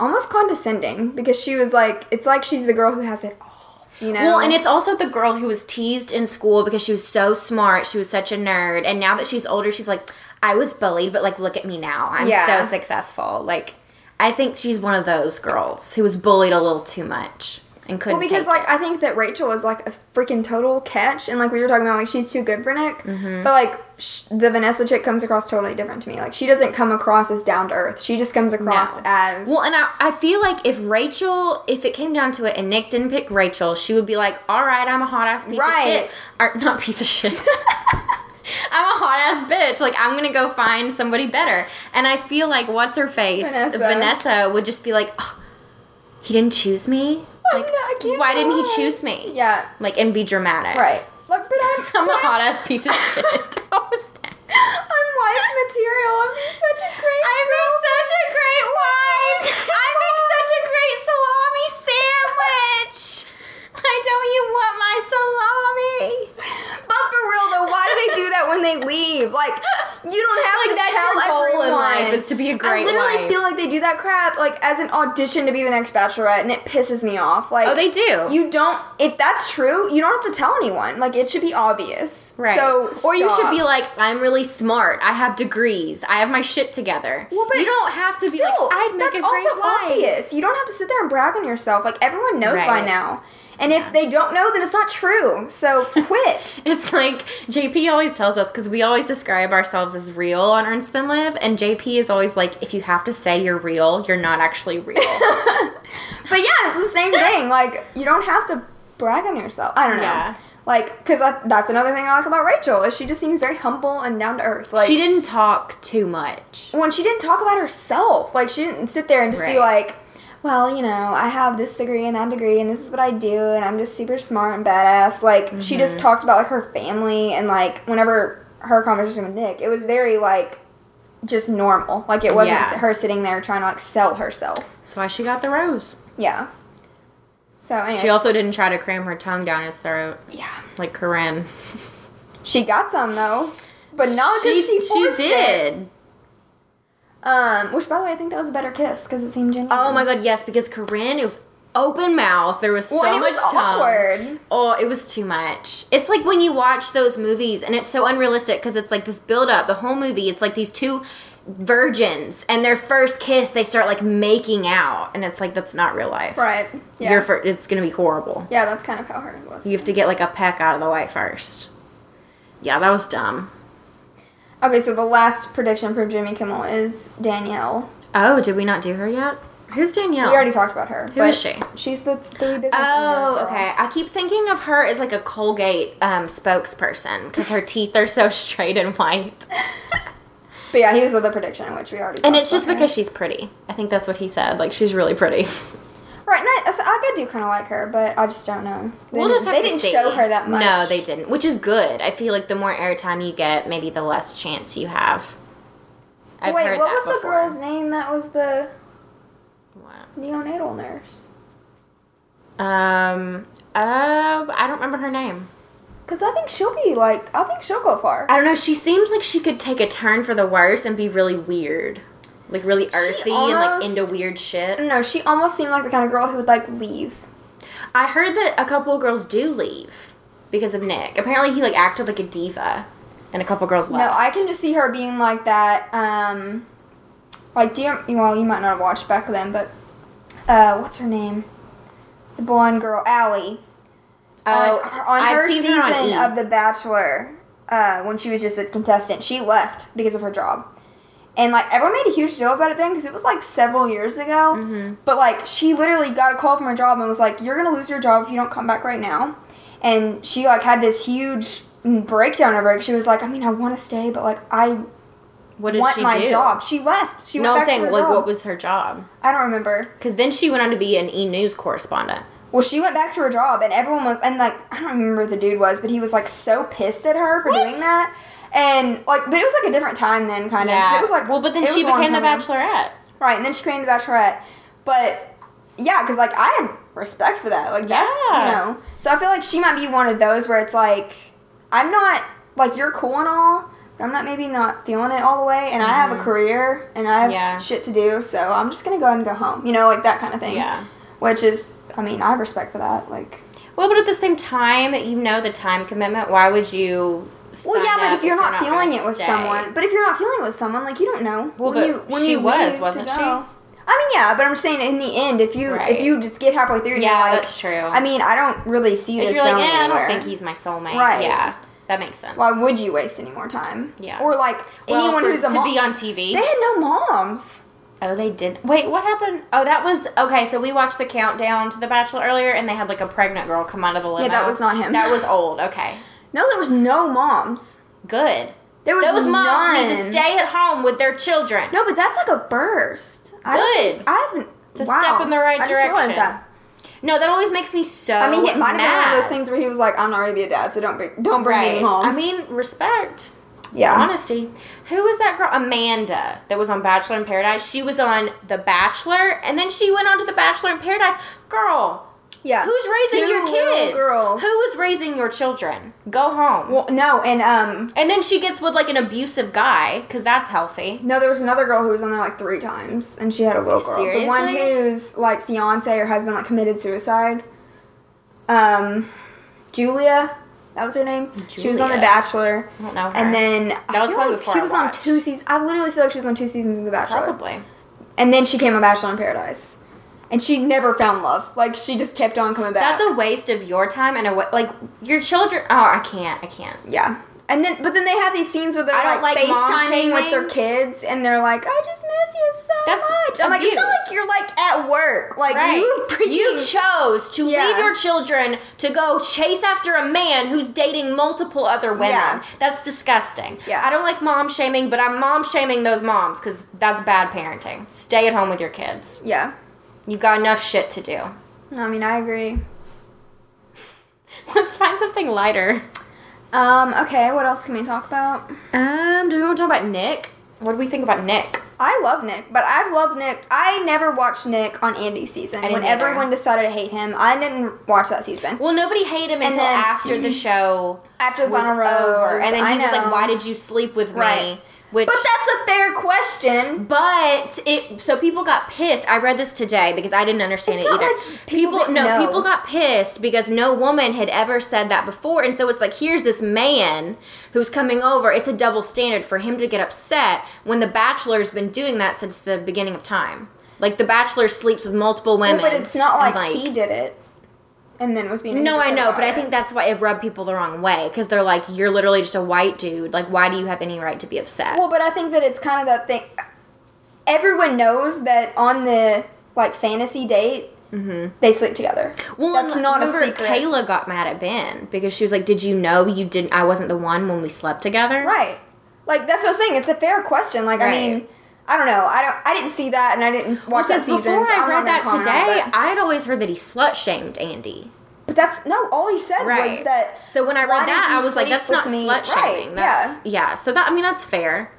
almost condescending because she was like, it's like she's the girl who has it all, you know.
Well, and it's also the girl who was teased in school because she was so smart. She was such a nerd. And now that she's older, she's like, I was bullied, but like, look at me now. I'm
Yeah.
so successful. Like, I think she's one of those girls who was bullied a little too much and couldn't.
Well, because
take
like
it.
I think that Rachel is like a freaking total catch, and like we were talking about, like she's too good for Nick.
Mm-hmm.
But like sh- the Vanessa chick comes across totally different to me. Like she doesn't come across as down to earth. She just comes across
No.
as
Well, and I, I feel like if Rachel, if it came down to it and Nick didn't pick Rachel, she would be like, all right, I'm a hot ass piece
Right.
of shit. Or, not piece of shit. [laughs] I'm a hot ass bitch. Like, I'm going to go find somebody better. And I feel like, what's her face?
Vanessa.
Vanessa would just be like, "Oh, he didn't choose me?
I
Like,
know, Oh, I can't
why didn't
lie."
he choose me?
yeah,
Like, and be dramatic.
right. Like, but I'm
[laughs] I'm a
but
hot ass piece of shit. [laughs] what was that?
[laughs] I'm wife material. I'm such a great.
I make such a great wife. [laughs] I make such a great salami sandwich. Why don't you want my salami?
You don't have to
Like, that's
tell
your goal in
everyone.
life, is to be a great
I literally
wife.
feel like they do that crap like as an audition to be the next Bachelorette, and it pisses me off. Like
Oh, they do.
You don't. If that's true, you don't have to tell anyone. Like it should be obvious.
Right.
So
or you should
stop.
be like, I'm really smart. I have degrees. I have my shit together.
Well, but
you don't have to be like,
Still,
I'd make
that's
a great
also
wife.
obvious. You don't have to sit there and brag on yourself. Like everyone knows by
Right.
now. And if they don't know, then it's not true.
[laughs]
So quit.
It's like JP always tells us because we always describe ourselves as real on Earn Spin Live, and JP is always like, if you have to say you're real, you're not actually real. [laughs]
but yeah, it's the same thing. Like you don't have to brag on yourself. I don't know.
Yeah.
Like, because that, that's another thing I like about Rachel is she just seems very humble and down to earth. Like
she didn't talk too much.
when she didn't talk about herself. Like she didn't sit there and just be
Right.
like, well, you know, I have this degree and that degree and this is what I do and I'm just super smart and badass. Like she
Mm-hmm.
just talked about like her family and like whenever her conversation with Nick, it was very like just normal. Like it wasn't
Yeah.
her sitting there trying to like sell herself.
That's why she got the rose.
Yeah. So anyway,
She also didn't try to cram her tongue down his throat
yeah,
like Corinne.
she got some though, but not because she forced it.
did.
Um, which by the way, I think that was a better kiss because it seemed genuine.
Oh my god, yes, because Corinne, it was open mouth. There was so
Well, and it
much
was
tongue.
awkward.
Oh, it was too much. It's like when you watch those movies and it's so unrealistic because it's like this build up, the whole movie. It's like these two virgins and their first kiss, they start like making out, and it's like that's not real life.
Right. Yeah.
Your fir- it's gonna be horrible.
Yeah, that's kind of how hers was.
You have to get like a peck out of the way first. Yeah, that was dumb.
Okay, so the last prediction from Jimmy Kimmel is Danielle.
Oh, did we not do her yet? Who's Danielle?
We already talked about her. Who
Oh. is she?
She's the the lead business. owner
Oh,
girl.
okay. I keep thinking of her as like a Colgate um, spokesperson because her teeth are so [laughs] straight and white.
But yeah, he was the other prediction, which we already.
And
talked
it's just
about
because she's pretty. I think that's what he said. Like she's really pretty.
her. right. And I, so I do kind of like her, but I just don't know.
[laughs]
They
we'll
didn't-
just have
they
to
didn't
see.
show her that much.
No, they didn't, which is good. I feel like the more airtime you get, maybe the less chance you have. I've
Wait,
heard
what
that
was the
before.
girl's name that was the
What?
neonatal nurse?
Um. Uh, I don't remember her name.
Because I think she'll be like, I think she'll go far.
I don't know. She seems like she could take a turn for the worse and be really weird, like really earthy
almost-
and like into weird shit.
no, she almost seemed like the kind of girl who would like leave.
I heard that a couple of girls do leave because of Nick. Apparently, he like acted like a diva, and a couple girls left.
No, I can just see her being like that. Um, like, do you? Well, you might not have watched back then, but uh, what's her name? The blonde girl, Allie.
oh,
on, on
I've
her
seen
season
her on E.
of The Bachelor, uh, when she was just a contestant, she left because of her job. And like everyone made a huge deal about it then because it was like several years ago.
Mm-hmm.
But like she literally got a call from her job and was like, "You're gonna lose your job if you don't come back right now." And she like had this huge breakdown of her. She was like, "I mean, I want to stay, but like I
what did
want
she
my
do?
job." She left. She
No, I'm
went back to
saying
her
like
job.
what was her job?
I don't remember.
Because then she went on to be an E News correspondent.
Well, she went back to her job, and everyone was, and like, I don't remember who the dude was, but he was like so pissed at her for
What?
doing that. And like, but it was like a different time then, kind of. 'cause It was like,
well, but then
it
she
was a long
became the
time ago.
Bachelorette.
Right, and then she became the Bachelorette. But yeah, because like I had respect for that. Like that's
Yeah.
you know. So I feel like she might be one of those where it's like, I'm not like you're cool and all, but I'm not maybe not feeling it all the way. And I have a career and I have
Mm-hmm. Yeah.
shit to do, so I'm just gonna go ahead and go home. You know, like that kind of thing.
Yeah.
Which is, I mean, I have respect for that. Like.
Well, but at the same time, you know the time commitment. Why would you?
Well,
sign
yeah, but
up
if you're not
gonna
feeling it with
stay?
someone, but if you're not feeling it with someone, like you don't know.
Well, but she was,
leave to
wasn't she?
go. I mean, yeah, but I'm saying in the end, if you
Right.
if you just get halfway through, and
Yeah,
you're like,
that's true.
I mean, I don't really see
if
this.
you're like,
going
eh, I
anywhere."
don't think he's my soulmate.
Right.
Yeah, that makes sense.
Why would you waste any more time?
Yeah.
Or like
Well,
anyone
for-
who's a
to
mom.
be on TV?
they had no moms.
Oh, they did. Wait, what happened? Oh, that was okay. So we watched the countdown to The Bachelor earlier, and they had like a pregnant girl come out of the limo.
that was not him.
That was old. Okay,
No, there was no moms.
good.
There was
Those moms need to
none.
stay at home with their children.
No, but that's like a burst. Good. I,
Good.
don't- I haven't.
It's a
wow.
step in the right
I just realized
direction.
that.
No, that always makes me so.
I mean, it might have been one of
mad.
those things where he was like, "I'm not ready to be a dad, so don't bring, don't bring
Right.
any moms."
I mean, respect.
yeah.
Honesty. Who was that girl? Amanda, that was on Bachelor in Paradise. She was on The Bachelor, and then she went on to The Bachelor in Paradise. Girl,
Yeah.
Who's raising
Two
your
little
kids?
girls.
Who is raising your children? Go home.
Well, no, and um,
and then she gets with like an abusive guy because that's healthy.
no, there was another girl who was on there like three times, and she had a little girl. The one
Seriously?
whose like fiance or husband like committed suicide. Um, Julia, that was her name. She was on The
Julia. Oh
Bachelor.
I don't know her.
And then I
was
feel
probably
like
before
she
I
was
watched.
on two seasons. I literally feel like she was on two seasons of The Bachelor.
probably.
And then she came on Bachelor in Paradise, and she never found love. Like she just kept on coming back.
That's a waste of your time and a wa- like your children. Oh, I can't. I can't.
Yeah. And then, but then they have these scenes where they're
I don't
like,
like mom
FaceTiming with their
shaming.
kids, and they're like, "I just miss you so
That's
much." I'm like, it's not
abuse.
like you're like at work, like
Right. [laughs]
you,
You, chose to
Yeah.
leave your children to go chase after a man who's dating multiple other women.
Yeah.
That's disgusting.
Yeah.
I don't like mom shaming, but I'm mom shaming those moms because that's bad parenting. Stay at home with your kids.
[laughs] Yeah,
You've got enough shit to
[laughs]
do.
I mean, I agree.
Let's find something lighter.
Um, okay, what else can we talk about?
Um, do we want to talk about Nick? What do we think about Nick?
I love Nick, but I've loved Nick. I never watched Nick on Andy's season
didn't
when
either.
everyone decided to hate him. I didn't watch that season.
Well, nobody hated him until
then-
after the show
After the
was
final rose,
over, and then
I
he was
know.
like, "Why did you sleep with
Right.
me?" Which
But that's a fair question.
But it so people got pissed. I read this today because I didn't understand
It's
it
not
either.
like people didn't
no
know.
people got pissed because no woman had ever said that before, and so it's like here's this man who's coming over. It's a double standard for him to get upset when the Bachelor's been doing that since the beginning of time. Like the Bachelor sleeps with multiple women,
Well, but it's not like,
and,
he did it, and then was being.
no, I
hypocrite
know,
about
but I
it.
think that's why it rubbed people the wrong way because they're like, "You're literally just a white dude. Like, why do you have any right to be upset?"
Well, but I think that it's kind of that thing. Everyone knows that on the like fantasy date,
Mm-hmm.
they sleep together.
Well,
that's
and
not a
remember,
secret,
Kayla got mad at Ben because she was like, "Did you know you didn't? I wasn't the one when we slept together."
right? Like that's what I'm saying. It's a fair question. Like I mean,
Right.
I don't know. I don't. I didn't see that, and I didn't watch
Because
that season.
before
so
I
I'm not
read
gonna
that
comment on
today,
it.
I had always heard that he slut shamed Andy.
but that's no. All he said was
Right.
that.
so when I
"Why
read that,
did you
I was like,
sleep
"That's
with
not
me?"
slut shaming."
Right,
That's yeah. So that I mean, that's fair.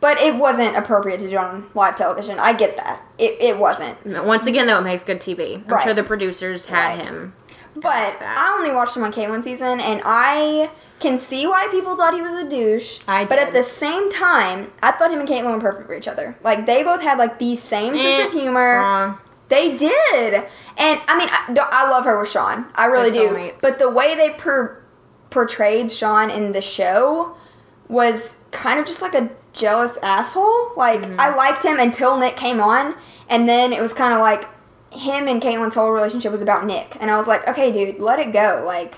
But it wasn't appropriate to do on live television. I get that. It it wasn't.
Once again, though, it makes good TV. I'm
Right.
sure the producers had
Right.
him.
But
That's bad.
I only watched him on K1 season, and I can see why people thought he was a douche.
I
But at
did.
the same time, I thought him and Caitlyn were perfect for each other. Like they both had like the same sense of
Eh,
humor.
wrong.
They did, and I mean, I, don't- I love her with Sean. I really
They're
do.
soulmates.
But the way they per- portrayed Sean in the show was kind of just like a jealous asshole. Like
Mm-hmm.
I liked him until Nick came on, and then it was kind of like him and Caitlyn's whole relationship was about Nick, and I was like, okay, dude, let it go. Like,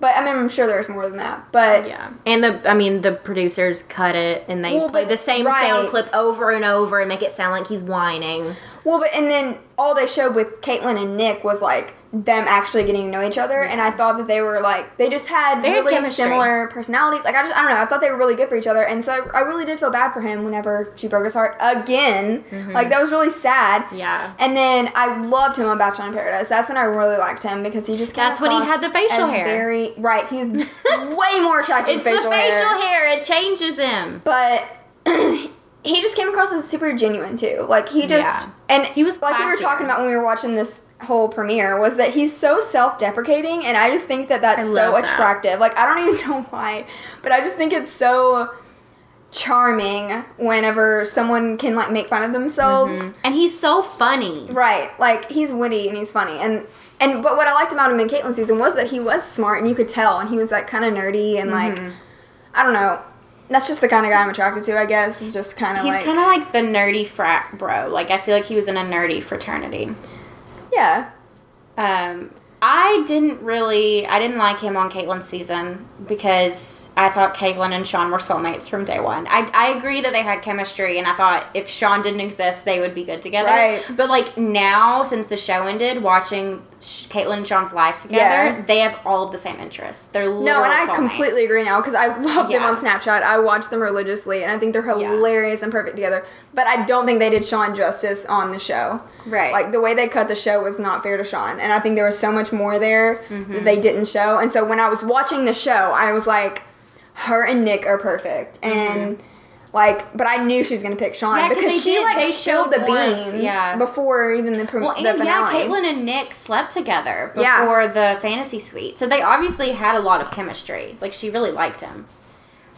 but I mean, I'm sure there's more than that. But
Yeah, and the I mean the producers cut it and they
Well,
play
but-
the same
right.
sound clip over and over and make it sound like he's whining.
Well, but and then all they showed with Caitlyn and Nick was like them actually getting to know each other, and I thought that they were like they just had
They had
really
chemistry.
similar personalities. Like I just I don't know, I thought they were really good for each other, and so I, I really did feel bad for him whenever she broke his heart again. Like that was really sad.
Mm-hmm. Yeah.
And then I loved him on Bachelor in Paradise. That's when I really liked him because he just came
That's when he had
across
the facial
as
hair.
Very right.
[laughs]
He was way more attractive.
It's
with facial
the facial
hair
hair. It changes him.
but [clears throat] he just came across as super genuine too. Like he just and
He was
like we were
classier.
talking about when we were watching this whole premiere was that he's so self-deprecating and I just think that that's
I
so
love that.
attractive. Like I don't even [laughs] know why, but I just think it's so charming whenever someone can like make fun of themselves.
And he's so funny.
Right. Like he's witty and he's funny and and but what I liked about him in Caitlyn's season was that he was smart and you could tell and he was like kind of nerdy and like I don't know. That's just the kind of guy I'm attracted to, I guess. Is just kind of
He's
like
kind of like the nerdy frat bro. Like I feel like he was in a nerdy fraternity.
yeah.
Um, I didn't really, I didn't like him on Caitlyn's season because I thought Caitlyn and Sean were soulmates from day one. I, I agree that they had chemistry, and I thought if Sean didn't exist, they would be good together.
Right.
But like now, since the show ended, watching Sh- Caitlyn and Sean's life together,
Yeah.
they have all of the same interests. They're literal
No, and I
soulmates.
completely agree now because I love
Yeah.
them on Snapchat. I watch them religiously, and I think they're hilarious and perfect together. But I don't think they did Sean justice on the show.
Right.
Like the way they cut the show was not fair to Sean, and I think there was so much more there
Mm-hmm.
that they didn't show. And so when I was watching the show, I was like, her and Nick are perfect, and Like, but I knew she was gonna pick Sean
Mm-hmm. Yeah, 'cause
because
they
she
did.
like
they
spilled
showed
the
warmth,
beans
yeah.
before even the, prom-
Well,
the
and
finale.
yeah, Caitlyn and Nick slept together before
Yeah.
the fantasy suite, so they obviously had a lot of chemistry. Like she really liked him.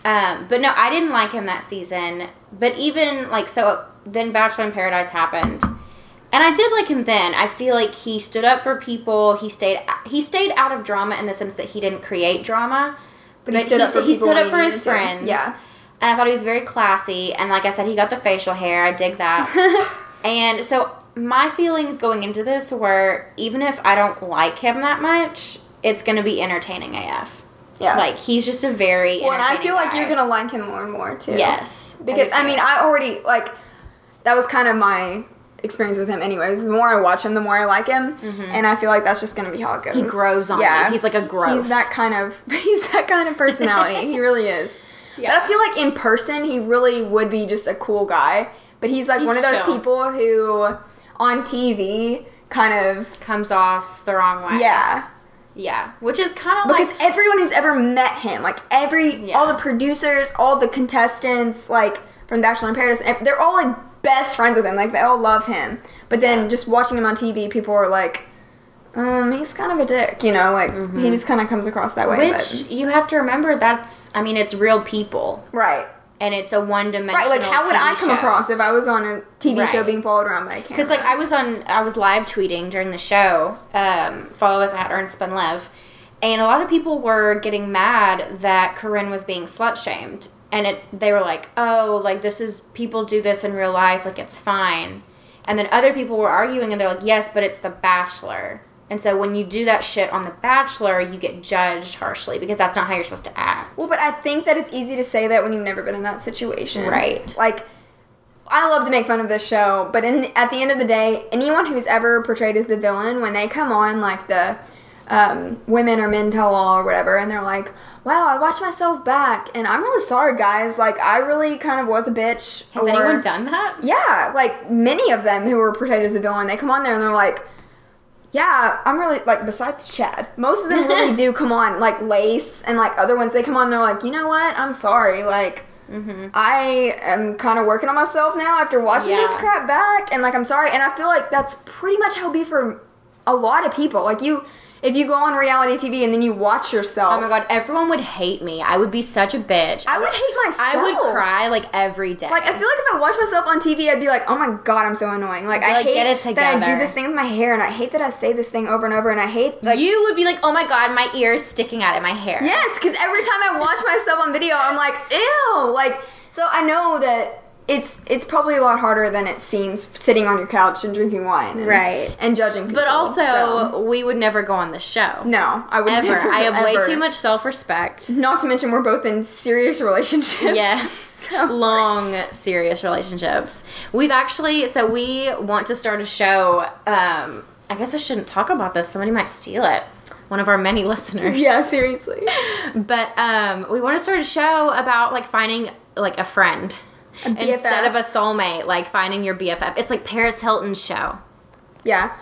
Um, but no, I didn't like him that season. But even like so, uh, then Bachelor in Paradise happened, and I did like him then. I feel like he stood up for people. He stayed he stayed out of drama in the sense that he didn't create drama, but,
he stood up for
he
people
stood
when
up
he
for his
needed to.
friends.
Yeah.
and I thought he was very classy. And like I said, he got the facial hair. I dig that.
[laughs]
And so my feelings going into this were even if I don't like him that much, it's going to be entertaining AF.
yeah.
Like he's just a very
well, and I feel like you're
going
gonna like him more and more too.
to Yes.
because I mean, I already like that was kind of my experience with him. Anyways, the more I watch him, the more I like him, and I feel like that's just gonna be how it goes.
Mm-hmm. he grows on you. He's like a growth.
He's that kind of [laughs] he's that kind of personality. he really is.
[laughs]
But I
Yeah.
feel like in person he really would be just a cool guy. But he's like
He's
one of those
chill.
people who on TV kind of
comes off the wrong way.
yeah.
Yeah. Which is kind of
Because
like
everyone who's ever met him, like every
Yeah.
all the producers, all the contestants, like from Bachelor in Paradise, and they're all like best friends with him. Like they all love him. But then just watching him on TV, people are like, um, he's kind of a dick, you know, like he just kind of comes across that way.
Mm-hmm. which you have to remember that's I mean it's real people
but, right,
and it's a one-dimensional
right. Like how would I
TV
come
show.
across if I was on a TV show
Right.
being followed around by a camera?
Because like I was on, I was live tweeting during the show. Um, follow us at Ernst Benlev, and a lot of people were getting mad that Corinne was being slut shamed, and it they were like, oh, like this is people do this in real life, like it's fine. And then other people were arguing, and they're like, yes, but it's The Bachelor, and so when you do that shit on The Bachelor, you get judged harshly because that's not how you're supposed to act.
Well, but I think that it's easy to say that when you've never been in that situation.
Right.
Like, I love to make fun of this show, but in at the end of the day, anyone who's ever portrayed as the villain, when they come on, like the um, women or men tell all or whatever, and they're like, wow, I watched myself back, and I'm really sorry, guys. Like, I really kind of was a bitch.
Has anyone done that?
Yeah, like many of them who were portrayed as the villain, they come on there and they're like, yeah, I'm really like besides Chad. Most of
[laughs]
them really do come on like Lace and like other ones. They come on they're like, "You know what? I'm sorry. Like
Mm-hmm.
I am kind of working on myself now after watching this
Yeah.
crap back and like I'm sorry." And I feel like that's pretty much how it be for a lot of people. Like you if you go on reality TV and then you watch yourself.
Oh my god, everyone would hate me. I would be such a bitch.
I would hate myself.
I would cry like every day.
Like I feel like if I watch myself on TV, I'd be like, "Oh my god, I'm so annoying." Like I
Like,
hate
get it
that I do
together.
this thing with my hair, and I hate that I say this thing over and over, and I hate like
you would be like, oh my god, my ear is sticking out of my hair.
yes, because every time I watch myself on video, I'm like, "Ew!" Like so, I know that it's it's probably a lot harder than it seems sitting on your couch and drinking wine, and,
Right.
and judging. People,
But also,
so-
we would never go on the show.
no, [laughs] I would
Ever.
never,
I have way
ever.
too much self respect.
Not to mention, we're both in serious relationships.
Yes.
[laughs] So-
Long, serious relationships. We've actually, so we want to start a show. Um, I guess I shouldn't talk about this. Somebody might steal it. One of our many [laughs] listeners.
Yeah, seriously.
But um, we want to start a show about like finding like a friend instead
BFF.
of a soulmate, like finding your BFF. It's like Paris Hilton's show.
Yeah, kind of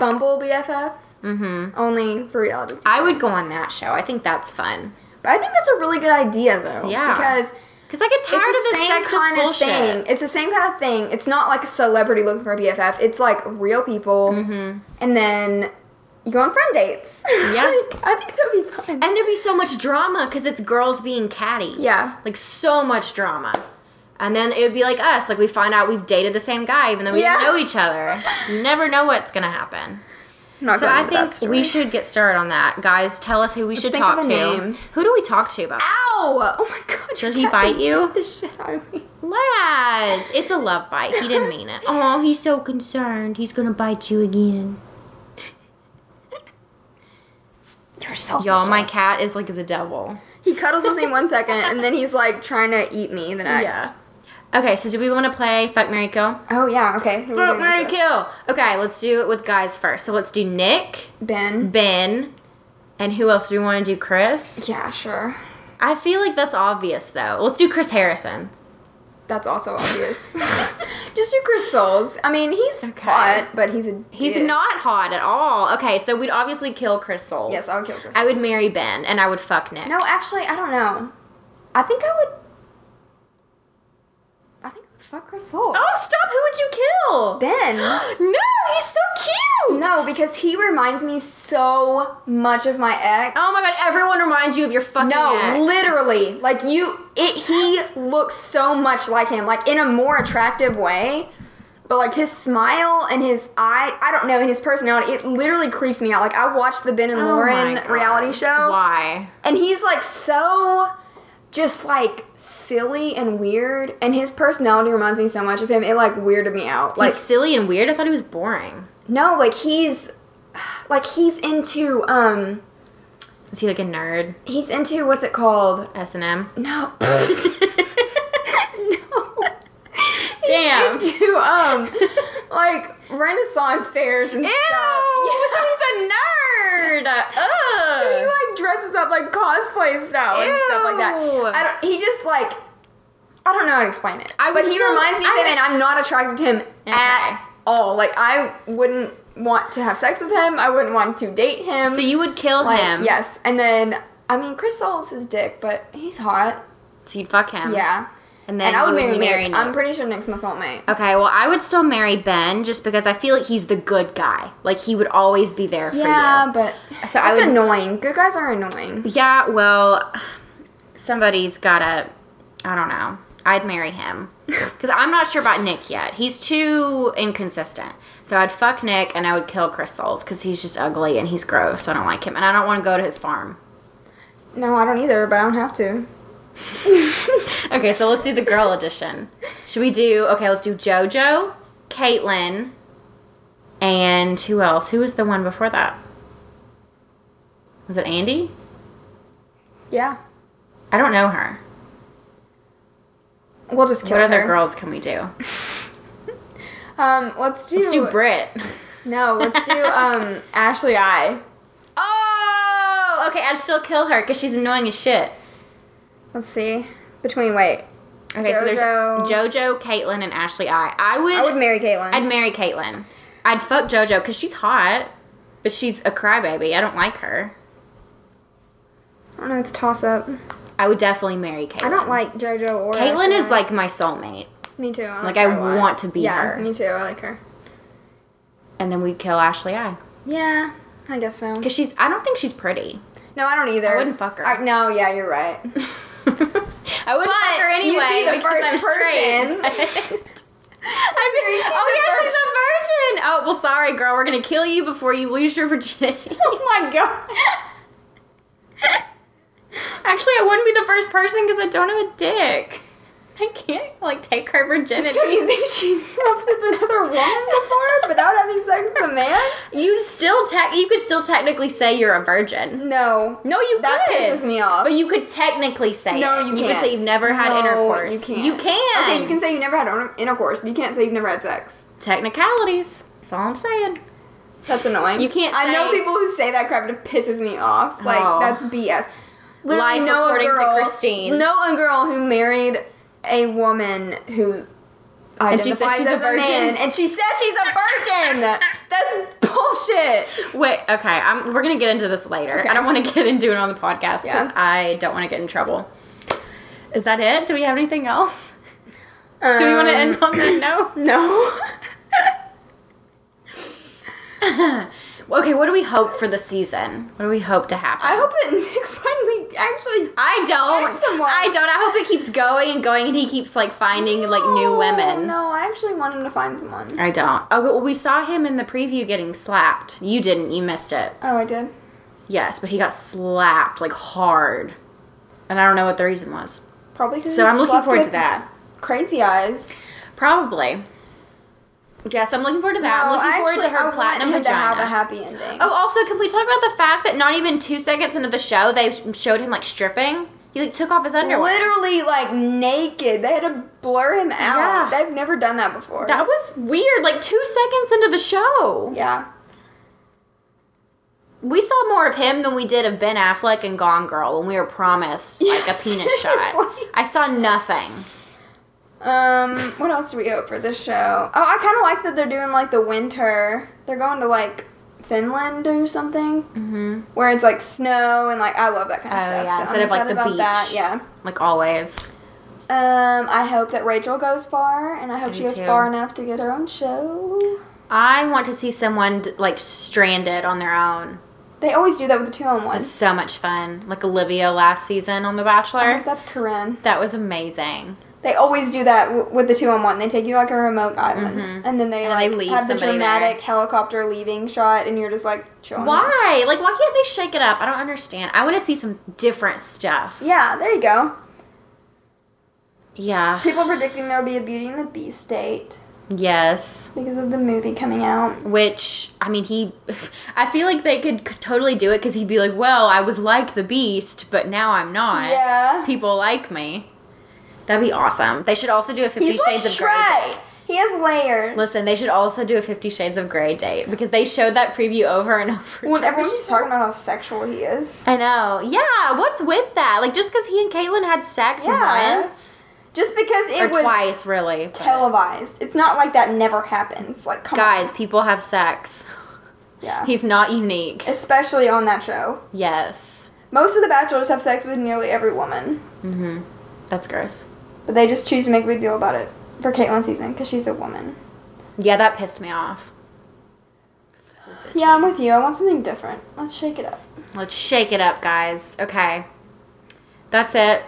Throwback.
Bumble BFF. Mm-hmm. Only for reality. TV.
I would go on that show. I think that's fun.
But I think that's a really good idea though.
Yeah.
Because
Cause I get tired of
it's the
this
same
sexist
kind
bullshit.
of thing. It's the same kind of thing. It's not like a celebrity looking for a BFF. It's like real people. And then you go on friend dates.
Mm-hmm.
[laughs]
Yeah.
Like, I think that'd be fun.
And there'd be so much drama because it's girls being catty.
yeah.
Like so much drama. And then it would be like us. Like we find out we've dated the same guy even though we
Yeah.
didn't know each other. You never know what's gonna happen.
I'm not
So
going
I
into that
think we
story.
should get started on that. Guys, tell us who we should
think
talk
of
to.
a name.
Who do we talk to about?
Ow! Oh my god.
Did
your
he
cat
bite
just
you?
bit [laughs] The shit out of me.
Laz. It's a love bite. He didn't mean [laughs] it. Oh, he's so concerned. He's gonna bite you again.
You're selfish.
Y'all, my cat is like the devil.
He cuddles with me
[laughs]
one second and then he's like trying to eat me the next.
Yeah. Okay, so do we want to play Fuck Mary Kill?
Oh yeah, okay. Who are we
Fuck
doing this
Mary
with?
Kill. Okay, let's do it with guys first. So let's do Nick,
Ben.
Ben, and who else do we want to do? Chris.
Yeah, sure.
I feel like that's obvious though. Let's do Chris Harrison.
That's also obvious. [laughs] Just do Chris Souls. I mean, he's
Okay.
hot, but he's a
He's
dick.
not hot at all. Okay, so we'd obviously kill Chris Souls.
Yes, I'll kill Chris
I would
Souls.
marry Ben, and I would fuck Nick.
No, actually, I don't know. I think I would. Fuck her soul.
Oh, stop! Who would you kill?
Ben.
[gasps]
[gasps]
no, he's so cute.
no, because he reminds me so much of my ex.
Oh my god, everyone reminds you of your fucking
No,
ex.
literally. Like you it he looks so much like him, like in a more attractive way. But like his smile and his eye, I don't know, and his personality, it literally creeps me out. Like I watched the Ben and
Oh my
Lauren
God.
reality show.
Why?
And he's like so just like silly and weird. And his personality reminds me so much of him. It like weirded me out. Like
he's silly and weird. I thought he was boring.
no, like he's like he's into um
Is he like a nerd?
he's into what's it called?
S and [laughs] M.
No.
Damn.
to um
[laughs]
like Renaissance fairs and
Ew!
stuff.
[laughs] So he's a nerd. Ugh.
So he like dresses up like cosplay style and stuff like
Ew.
that. I don't, he just like I don't know how to explain it.
I
but
would
he
still-
reminds me of
I-
him, and I'm not attracted to him
Okay.
at all. Like I wouldn't want to have sex with him. I wouldn't want to date him.
So you would kill
Like,
him.
Yes, and then I mean Chris Soule's his dick, but he's hot.
So you'd fuck him.
Yeah.
Mm-hmm. And then
And I would
you
marry, marry
Nick.
I'm pretty sure Nick's my soulmate.
Okay, well, I would still marry Ben just because I feel like he's the good guy. Like he would always be there
Yeah,
for you.
but
So
so
I
that's
would-
annoying. Good guys are annoying.
Yeah, well, somebody's gotta. I don't know. I'd marry him because I'm not sure about Nick yet. He's too inconsistent. So I'd fuck Nick and I would kill Chris Souls because he's just ugly and he's gross. I don't like him and I don't want to go to his farm.
No, I don't either, but I don't have to.
Okay, so let's do the girl edition. Should we do? Okay, let's do JoJo, Caitlyn, and who else? Who was the one before that? Was it Andy?
Yeah.
I don't know her.
We'll just kill
What
her.
other girls can we do?
Um, let's do. [laughs]
Let's do Brit.
no, let's
[laughs]
do um Ashley I.
Oh, okay. I'd still kill her because she's annoying as shit.
Let's see. Between wait,
Okay, so there's
JoJo.
JoJo, Caitlyn, and Ashley. I. I would.
I would marry Caitlyn.
I'd marry Caitlyn. I'd fuck JoJo because she's hot, but she's a crybaby. I don't like her.
I don't know. It's a toss up.
I would definitely marry Caitlyn.
I don't like JoJo or
Caitlyn
Ashley
is
I.
like my soulmate,
me too. I
like, I
her a lot.
want to be
yeah,
her.
Me too. I like her.
and then we'd kill Ashley I
Yeah, I guess so.
because she's. I don't think she's pretty.
No, I don't either.
I wouldn't fuck her.
I, no, yeah, you're right. [laughs]
I wouldn't fuck her
you'd be
anyway.
the
because
first
I'm straight. [laughs] I mean,
She's
oh
the
yeah,
first-
she's a virgin. Oh well, sorry, girl. We're gonna kill you before you lose your virginity.
[laughs] oh my god.
Actually, I wouldn't be the first person because I don't have a dick. I can't like take her virginity.
So do you think she slept with another woman before without having sex with a man?
you still tech. You could still technically say you're a virgin.
No.
No, you
That
could.
pisses me off.
But you could technically say
No,
it.
you
could
can't.
say you've never had
No,
intercourse.
You can't.
You can.
Okay, you can say you never had inter- intercourse, but you can't say you've never had sex.
Technicalities. That's all I'm saying.
That's annoying.
You can't
I know
say-
people who say that crap. and It pisses me off. Like
Oh.
that's BS.
Life
know a
according to
girl-
Christine.
Know a girl who married a woman who.
And she says
identifies
she's a
as
virgin?
man, and she says she's a [laughs] virgin. That's bullshit.
Wait, okay. I'm, we're gonna get into this later. I don't want to get into it on the podcast because
Yeah.
I don't want to get in trouble. Is that it? Do we have anything else? Do we want to
Um,
end on that note?
No. [laughs]
[laughs] Okay. What do we hope for the season? What do we hope to happen?
I hope that Nick finally actually.
I don't.
Find someone.
I don't. I hope it keeps going and going, and he keeps like finding like new women.
Oh, No, I actually want him to find someone.
I don't. Oh, well, we saw him in the preview getting slapped. You didn't. You missed it.
Oh, I did.
Yes, but he got slapped like hard, and I don't know what the reason was.
Probably because.
So I'm looking forward to that.
Crazy eyes.
Probably. Yes, I'm looking forward to that. I'm looking forward to her platinum
to have
vagina.
a happy ending.
oh, also, can we talk about the fact that not even two seconds into the show, they showed him like stripping? He like took off his underwear.
literally like naked. They had to blur him out.
Yeah.
They've never done that before.
That was weird. Like two seconds into the show,
yeah.
we saw more of him than we did of Ben Affleck and Gone Girl when we were promised like
Yeah,
a penis shot.
seriously.
I saw nothing.
Um, what else do we hope for this show? Oh, I kind of like that they're doing like the winter. They're going to like Finland or something,
Mm-hmm.
where it's like snow and like I love that kind
Oh
of stuff.
yeah,
so I'm
instead of like
excited
the
about
beach,
that. yeah.
like always.
Um, I hope that Rachel goes far, and I hope
Me
she goes
too.
far enough to get her own show.
I want to see someone d- like stranded on their own.
They always do that with the two on one.
It's so much fun. Like Olivia last season on The Bachelor.
That's Corinne.
That was amazing.
They always do that w- with the two on one. They take you like a remote island, and then they
Mm-hmm. And they
like
leave
have the
somebody
dramatic helicopter leaving shot, and you're just like chilling.
Why? Like, why can't they shake it up? I don't understand. I want to see some different stuff.
Yeah, there you go.
Yeah.
People predicting there will be a Beauty and the Beast date
Yes.
because of the movie coming out.
Which, I mean, he. [laughs] I feel like they could c- totally do it because he'd be like, well, I was like the beast, but now I'm not.
Yeah.
People like me. That'd be awesome. They should also do a Fifty
He's like
Shades of Grey
Shrek.
date.
He has layers.
Listen, they should also do a Fifty Shades of Grey date because they showed that preview over and [laughs] over.
When
to
everyone's
me.
just talking about how sexual he is.
I know. Yeah, what's with that? Like, just because he and Caitlyn had sex
Yeah.
once
Just because it
or
was
twice, really. but-
televised. It's not like that never happens. Like come
Guys,
on.
people have sex.
yeah.
He's not unique.
Especially on that show.
Yes.
Most of the bachelors have sex with nearly every woman,
Mm-hmm. That's gross.
but they just choose to make a big deal about it for Caitlyn's season because she's a woman.
Yeah, that pissed me off.
Yeah, I'm with you. I want something different. Let's shake it up.
Let's shake it up, guys. Okay. That's it.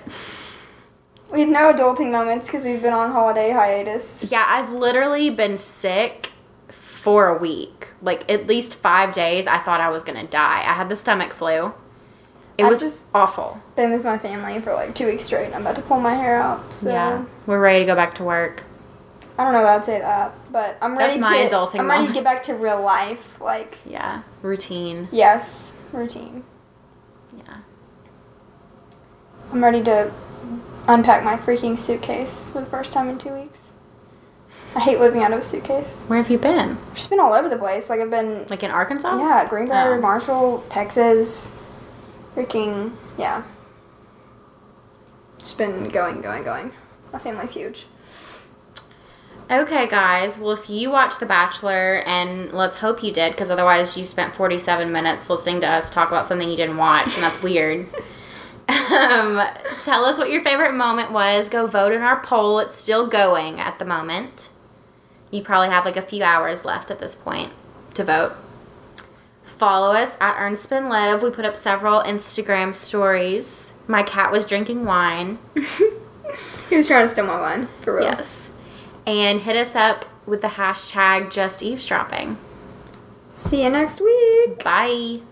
We have no adulting moments because we've been on holiday hiatus.
Yeah, I've literally been sick for a week. Like at least five days, I thought I was gonna die. I had the stomach flu. It
I
was
just-
awful.
Been with my family for like two weeks straight, and I'm about to pull my hair out. So
Yeah, we're ready to go back to work.
I don't know that I'd say that, but I'm
That's
ready
my
to.
adulting
I'm ready
moment.
to get back to real life. Like
Yeah, routine.
yes, routine.
Yeah.
I'm ready to unpack my freaking suitcase for the first time in two weeks. I hate living out of a suitcase.
Where have you been?
I've just been all over the place. Like I've been
Like in Arkansas?
Yeah, Green River,
Oh.
Marshall, Texas, freaking yeah. It's been going, going, going. My family's huge.
Okay, guys. Well, if you watched The Bachelor, and let's hope you did, because otherwise you spent 47 minutes listening to us talk about something you didn't watch, and that's weird. um, tell us what your favorite moment was. Go vote in our poll. It's still going at the moment. You probably have like a few hours left at this point to vote. Follow us at Earn Spin Live. We put up several Instagram stories. My cat was drinking wine.
He was trying to steal my wine for real.
Yes. And hit us up with the hashtag just eavesdropping.
See you next week.
Bye.